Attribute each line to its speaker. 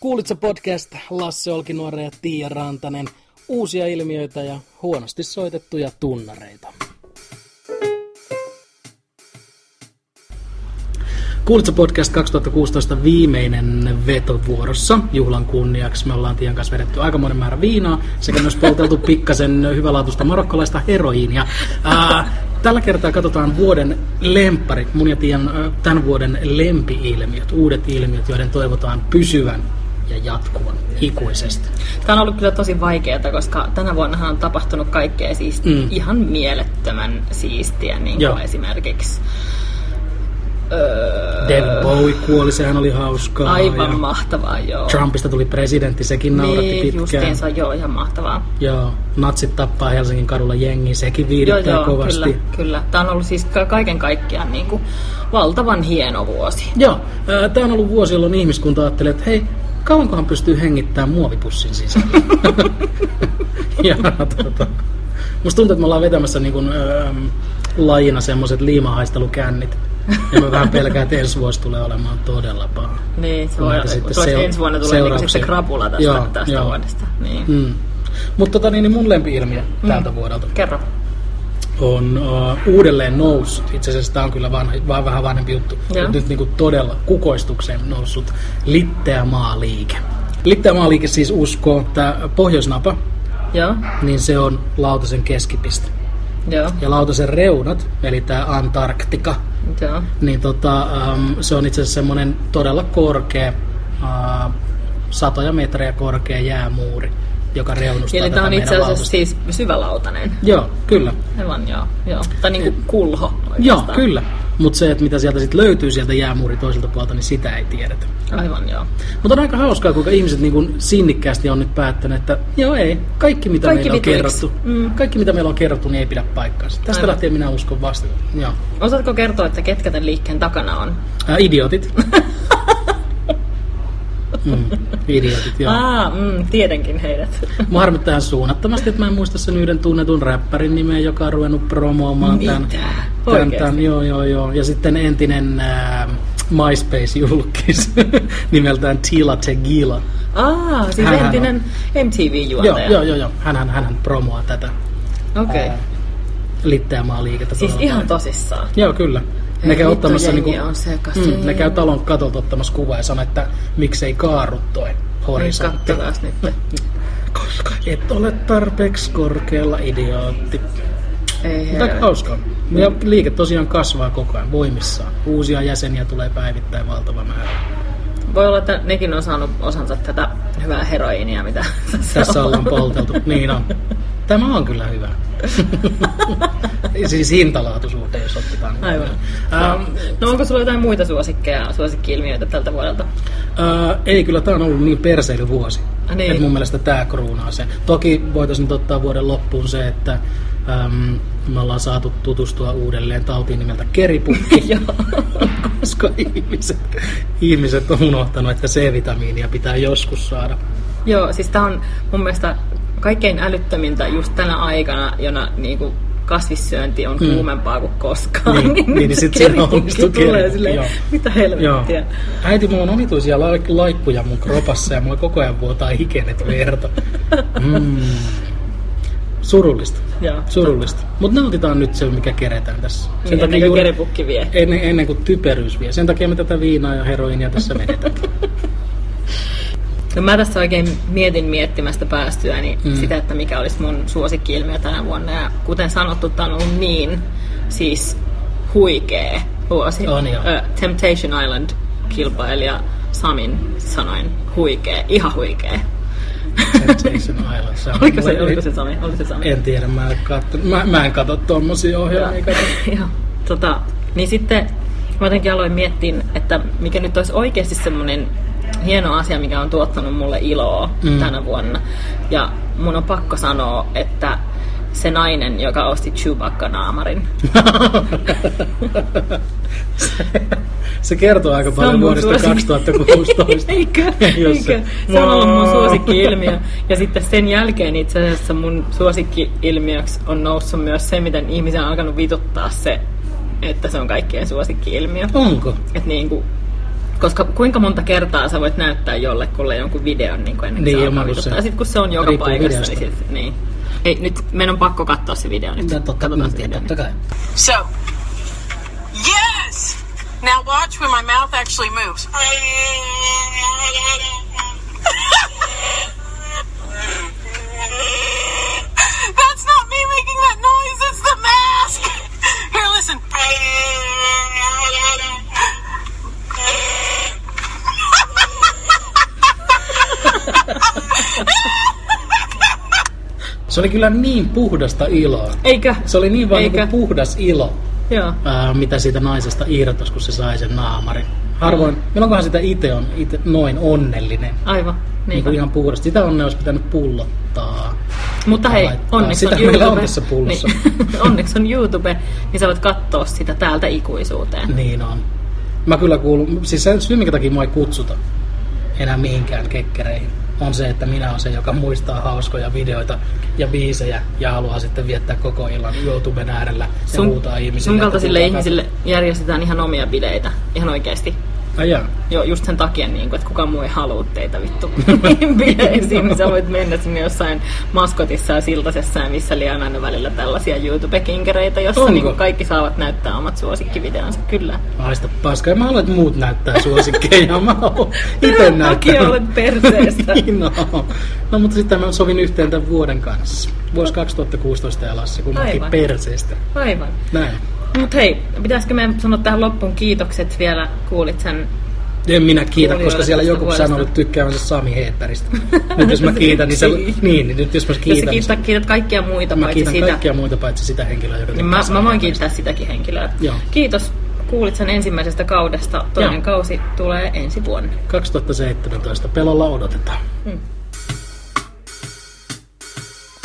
Speaker 1: Kuulitse podcast Lasse Olkinuore ja Tiia Rantanen. Uusia ilmiöitä ja huonosti soitettuja tunnareita. Kuulitse podcast 2016 viimeinen vetovuorossa. Juhlan kunniaksi me ollaan Tian kanssa vedetty aikamoinen määrä viinaa sekä myös polteltu pikkasen hyvälaatuista marokkalaista heroiinia. Ää, tällä kertaa katsotaan vuoden lempparit, mun ja Tian ää, tämän vuoden lempiilmiöt, uudet ilmiöt, joiden toivotaan pysyvän ja jatkuvan ikuisesti.
Speaker 2: Tämä on ollut kyllä tosi vaikeaa, koska tänä vuonnahan on tapahtunut kaikkea siis
Speaker 1: Mm.
Speaker 2: mm. ihan mielettömän siistiä, niin
Speaker 1: Joo.
Speaker 2: kuin esimerkiksi
Speaker 1: Dead Äh, Bowie kuoli, sehän oli hauskaa.
Speaker 2: aivan
Speaker 1: ja
Speaker 2: mahtavaa, joo.
Speaker 1: Trumpista tuli presidentti, sekin nauratti
Speaker 2: niin,
Speaker 1: pitkään.
Speaker 2: justiinsa, joo, ihan mahtavaa.
Speaker 1: Joo, natsit tappaa Helsingin kadulla jengi, sekin
Speaker 2: Joo,
Speaker 1: viihdyttää
Speaker 2: joo,
Speaker 1: kovasti.
Speaker 2: kyllä, kyllä. Tämä on ollut siis ka- kaiken kaikkiaan niin kuin valtavan hieno vuosi.
Speaker 1: Joo, tämä on ollut vuosi, jolloin ihmiskunta ajattelee, että hei, kauankohan pystyy hengittämään muovipussin sisällä. ja, tota, musta tuntuu, että me ollaan vetämässä niin kun, öö, lajina semmoiset liimahaistelukännit. Ja mä vähän pelkään, että ensi vuosi tulee olemaan todella paha.
Speaker 2: Niin, se
Speaker 1: Kun
Speaker 2: voi
Speaker 1: näitä
Speaker 2: olla,
Speaker 1: sitten
Speaker 2: se
Speaker 1: seu-
Speaker 2: ensi vuonna tulee niin
Speaker 1: seurauksia.
Speaker 2: sitten krapula tästä,
Speaker 1: Joo,
Speaker 2: tästä
Speaker 1: joo.
Speaker 2: vuodesta. Niin. Mm.
Speaker 1: Mm. Mutta tota, niin, niin mun lempi-ilmiö tältä vuodelta
Speaker 2: Kerro.
Speaker 1: on uh, uudelleen noussut. Itse asiassa tämä on kyllä vanha, vaan vähän vanhempi juttu.
Speaker 2: Joo.
Speaker 1: Mutta nyt niin kuin todella kukoistukseen noussut Litteämaaliike. Litteämaaliike siis uskoo, että pohjoisnapa,
Speaker 2: Joo,
Speaker 1: niin se on lautasen keskipiste.
Speaker 2: joo,
Speaker 1: Ja lautasen reunat, eli tämä Antarktika,
Speaker 2: joo.
Speaker 1: niin tota, um, se on itse asiassa semmoinen todella korkea, uh, satoja metrejä korkea jäämuuri, joka reunustaa
Speaker 2: Eli
Speaker 1: tätä
Speaker 2: tämä on
Speaker 1: meidän
Speaker 2: itse asiassa
Speaker 1: lautasta.
Speaker 2: siis syvälautainen.
Speaker 1: Joo, kyllä.
Speaker 2: Aivan, joo. joo. Tai niinku kulho
Speaker 1: Niin. Joo,
Speaker 2: oikeastaan.
Speaker 1: kyllä. Mutta se, että mitä sieltä sit löytyy sieltä jäämuuri toiselta puolelta, niin sitä ei tiedetä.
Speaker 2: Aivan, joo.
Speaker 1: Mutta on aika hauskaa, kuinka ihmiset niin kun sinnikkäästi on nyt päättänyt, että joo ei, kaikki mitä
Speaker 2: Kaikki
Speaker 1: meillä on
Speaker 2: vituiksi.
Speaker 1: kerrottu, mm. kaikki mitä meillä on kerrottu, niin ei pidä paikkaansa. Tästä
Speaker 2: Aivan.
Speaker 1: lähtien minä uskon vasta. Joo.
Speaker 2: Osaatko kertoa, että ketkä tämän liikkeen takana on?
Speaker 1: Ää, idiotit. mm, idiotit, joo.
Speaker 2: Aa, mm, tietenkin heidät.
Speaker 1: Mua harmittaa ihan suunnattomasti, että mä en muista sen yhden tunnetun räppärin nimeä, joka on ruvennut promoamaan tämän.
Speaker 2: Mitä?
Speaker 1: Tän,
Speaker 2: Oikeesti?
Speaker 1: tän, joo, joo, joo. Ja sitten entinen ää, MySpace-julkis nimeltään Tila Tegila.
Speaker 2: Aa, siis
Speaker 1: Hänhän
Speaker 2: entinen
Speaker 1: Joo,
Speaker 2: MTV-juontaja.
Speaker 1: joo, joo, joo. Hänhän, hänhän promoaa tätä
Speaker 2: Okei.
Speaker 1: liitteämaa liikettä.
Speaker 2: Siis
Speaker 1: todella
Speaker 2: ihan
Speaker 1: paljon.
Speaker 2: tosissaan.
Speaker 1: Joo, kyllä. Ne käy,
Speaker 2: vittu,
Speaker 1: tota- ottamassa,
Speaker 2: jengi
Speaker 1: niinku,
Speaker 2: on sekaisin.
Speaker 1: mm, ne käy talon katolta ottamassa kuvaa ja sanoo, että miksei kaaru toi
Speaker 2: Niin,
Speaker 1: horisontti.
Speaker 2: katsotaan nyt.
Speaker 1: Koska et ole tarpeeksi korkealla, idiootti.
Speaker 2: Ei
Speaker 1: Mutta aika
Speaker 2: helvetti.
Speaker 1: hauskaa. Ja liike tosiaan kasvaa koko ajan voimissaan. Uusia jäseniä tulee päivittäin valtava määrä.
Speaker 2: Voi olla, että nekin on saanut osansa tätä hyvää heroiinia, mitä
Speaker 1: Tässä ollaan polteltu. Niin on. Tämä on kyllä hyvä. siis hintalaatuisuuteen, jos otetaan. niin
Speaker 2: Aivan.
Speaker 1: Ähm,
Speaker 2: No onko sulla jotain muita suosikkeja, suosikki-ilmiöitä tältä vuodelta?
Speaker 1: äh, ei, kyllä tämä on ollut niin perseilyvuosi.
Speaker 2: Ah, niin.
Speaker 1: Että mun mielestä tämä kruunaa sen. Toki voitaisiin nyt ottaa vuoden loppuun se, että ähm, me ollaan saatu tutustua uudelleen tautiin nimeltä keripukki.
Speaker 2: Joo.
Speaker 1: koska ihmiset, ihmiset on unohtanut, että C-vitamiinia pitää joskus saada.
Speaker 2: Joo, siis tämä on mun mielestä kaikkein älyttömintä just tänä aikana, jona niinku kasvissyönti on kuumempaa kuin koskaan.
Speaker 1: Mm. Niin, niin, niin
Speaker 2: se
Speaker 1: sit siinä
Speaker 2: keripukki
Speaker 1: onnistuu
Speaker 2: tulee
Speaker 1: keripukki,
Speaker 2: silleen,
Speaker 1: joo.
Speaker 2: mitä helvettiä.
Speaker 1: Äiti, mulla on omituisia laik- laikkuja mun kropassa ja mulla koko ajan vuotaa hikenet verta. Mm. Surullista,
Speaker 2: Joo. Niin,
Speaker 1: surullista. Mutta nautitaan nyt se, mikä keretään tässä. Sen
Speaker 2: Sen takia juuri... keripukki vie.
Speaker 1: ennen, ennen kuin typeryys vie. Sen takia me tätä viinaa ja heroinia tässä menetään.
Speaker 2: No mä tässä oikein mietin miettimästä päästyäni
Speaker 1: Mm.
Speaker 2: mm. sitä, että mikä olisi mun suosikki-ilmiö tänä vuonna. Ja kuten sanottu, tämä on ollut niin siis huikee vuosi.
Speaker 1: On joo.
Speaker 2: Ö, Temptation Island kilpailija Samin sanoin huikee, ihan huikee.
Speaker 1: Temptation Island. Se on-
Speaker 2: Oliko se, oliko se Sami? Oliko se Sami?
Speaker 1: En tiedä, mä en, katso, mä, mä en katso tommosia ohjelmia. kato.
Speaker 2: Joo. tota, niin sitten mä jotenkin aloin miettiä, että mikä nyt olisi oikeasti semmoinen hieno asia, mikä on tuottanut mulle iloa
Speaker 1: Mm.
Speaker 2: mm. tänä vuonna. Ja mun on pakko sanoa, että se nainen, joka osti Chewbacca-naamarin.
Speaker 1: Se kertoo aika paljon
Speaker 2: mun
Speaker 1: vuodesta
Speaker 2: suosikki.
Speaker 1: 2016.
Speaker 2: Eikö?
Speaker 1: Jos se-
Speaker 2: Eikö? Se on ollut mun
Speaker 1: Wow.
Speaker 2: suosikki-ilmiö. Ja sitten sen jälkeen itse asiassa mun suosikki-ilmiöksi on noussut myös se, miten ihmisen on alkanut vituttaa se, että se on kaikkien suosikki-ilmiö.
Speaker 1: Onko?
Speaker 2: Et niin kuin, Koska kuinka monta kertaa sä voit näyttää jollekulle jonkun videon niin kuin ennen kuin
Speaker 1: Niin,
Speaker 2: se
Speaker 1: ilman,
Speaker 2: alkaa
Speaker 1: kun
Speaker 2: vituttaa.
Speaker 1: se
Speaker 2: Ja sitten kun se on joka
Speaker 1: riippuu
Speaker 2: paikassa,
Speaker 1: videosta.
Speaker 2: niin, sit, niin. Ei, nyt meidän on pakko katsoa se video nyt.
Speaker 1: Totta,
Speaker 2: Katsotaan se
Speaker 1: totta,
Speaker 2: video.
Speaker 1: totta kai.
Speaker 3: So,
Speaker 4: Yes! Now watch when my mouth actually moves.
Speaker 3: That's not me making that noise, it's the mask! Here, listen.
Speaker 1: Se oli kyllä niin puhdasta iloa.
Speaker 2: Eikö?
Speaker 1: Se oli niin vaan
Speaker 2: Eikö?
Speaker 1: niinku puhdas ilo,
Speaker 2: Joo.
Speaker 1: ää, mitä siitä naisesta irtos, kun se sai sen naamarin. Harvoin, milloinkohan sitä itse on ite noin onnellinen.
Speaker 2: Aivan.
Speaker 1: Niin
Speaker 2: Niinpä.
Speaker 1: kuin ihan puhdasta. Sitä onnea olisi pitänyt pullottaa.
Speaker 2: Mutta hei,
Speaker 1: laittaa.
Speaker 2: onneksi
Speaker 1: Sitä
Speaker 2: on
Speaker 1: meillä
Speaker 2: YouTube.
Speaker 1: on tässä pullossa.
Speaker 2: Niin, onneksi on YouTube, niin sä voit katsoa sitä täältä ikuisuuteen.
Speaker 1: Niin on. Mä kyllä kuulun, siis se syy minkä takia mua ei kutsuta enää mihinkään kekkereihin, on se, että minä olen se, joka muistaa hauskoja videoita ja biisejä ja haluaa sitten viettää koko illan YouTuben äärellä ja huutaa ihmisille.
Speaker 2: sun
Speaker 1: että
Speaker 2: kaltaisille
Speaker 1: tulkaa
Speaker 2: ihmisille järjestetään ihan omia bileitä, ihan oikeasti.
Speaker 1: katsomaan. Ai jaa.
Speaker 2: Joo, just sen takia, niin kuin, että kukaan muu ei halua teitä vittu bileisiin, niin sä voit mennä sinne jossain maskotissa ja siltasessa ja missä liian aina välillä tällaisia YouTube-kinkereitä, jossa
Speaker 1: Onko?
Speaker 2: niin kuin, kaikki saavat näyttää omat suosikkivideonsa, kyllä.
Speaker 1: Haista paskaa. Mä haluan, että muut näyttää suosikkeja. Mä haluan itse
Speaker 2: Tämän
Speaker 1: näyttää.
Speaker 2: takia olet perseestä.
Speaker 1: niin on. No mutta sitten mä sovin yhteen tämän vuoden kanssa. Vuosi 2016 ja Lassi, kun mäkin
Speaker 2: No. Aivan.
Speaker 1: perseestä.
Speaker 2: Aivan.
Speaker 1: Näin.
Speaker 2: Mut hei, pitäisikö meidän sanoa tähän loppuun kiitokset vielä, kuulit sen
Speaker 1: En minä kiitä,
Speaker 2: Kuulijoille
Speaker 1: koska siellä
Speaker 2: tästä
Speaker 1: joku
Speaker 2: vuodesta.
Speaker 1: sanoi tykkäävänsä Sami Heetteristä. Nyt jos mä kiitän, niin se...
Speaker 2: Niin.
Speaker 1: Niin, niin nyt jos mä
Speaker 2: Jos sä
Speaker 1: kiitän, niin se-
Speaker 2: kiität, kiität kaikkia muita
Speaker 1: mä
Speaker 2: paitsi
Speaker 1: kiitän
Speaker 2: sitä,
Speaker 1: kaikkia muita paitsi sitä henkilöä, joka
Speaker 2: niin
Speaker 1: tykkää
Speaker 2: mä,
Speaker 1: Sami
Speaker 2: mä voin
Speaker 1: Heetteristä.
Speaker 2: kiittää sitäkin henkilöä.
Speaker 1: Joo.
Speaker 2: Kiitos, kuulit sen ensimmäisestä kaudesta. Toinen
Speaker 1: Joo.
Speaker 2: kausi tulee ensi vuonna.
Speaker 1: 2017 pelolla odotetaan.
Speaker 2: Mm.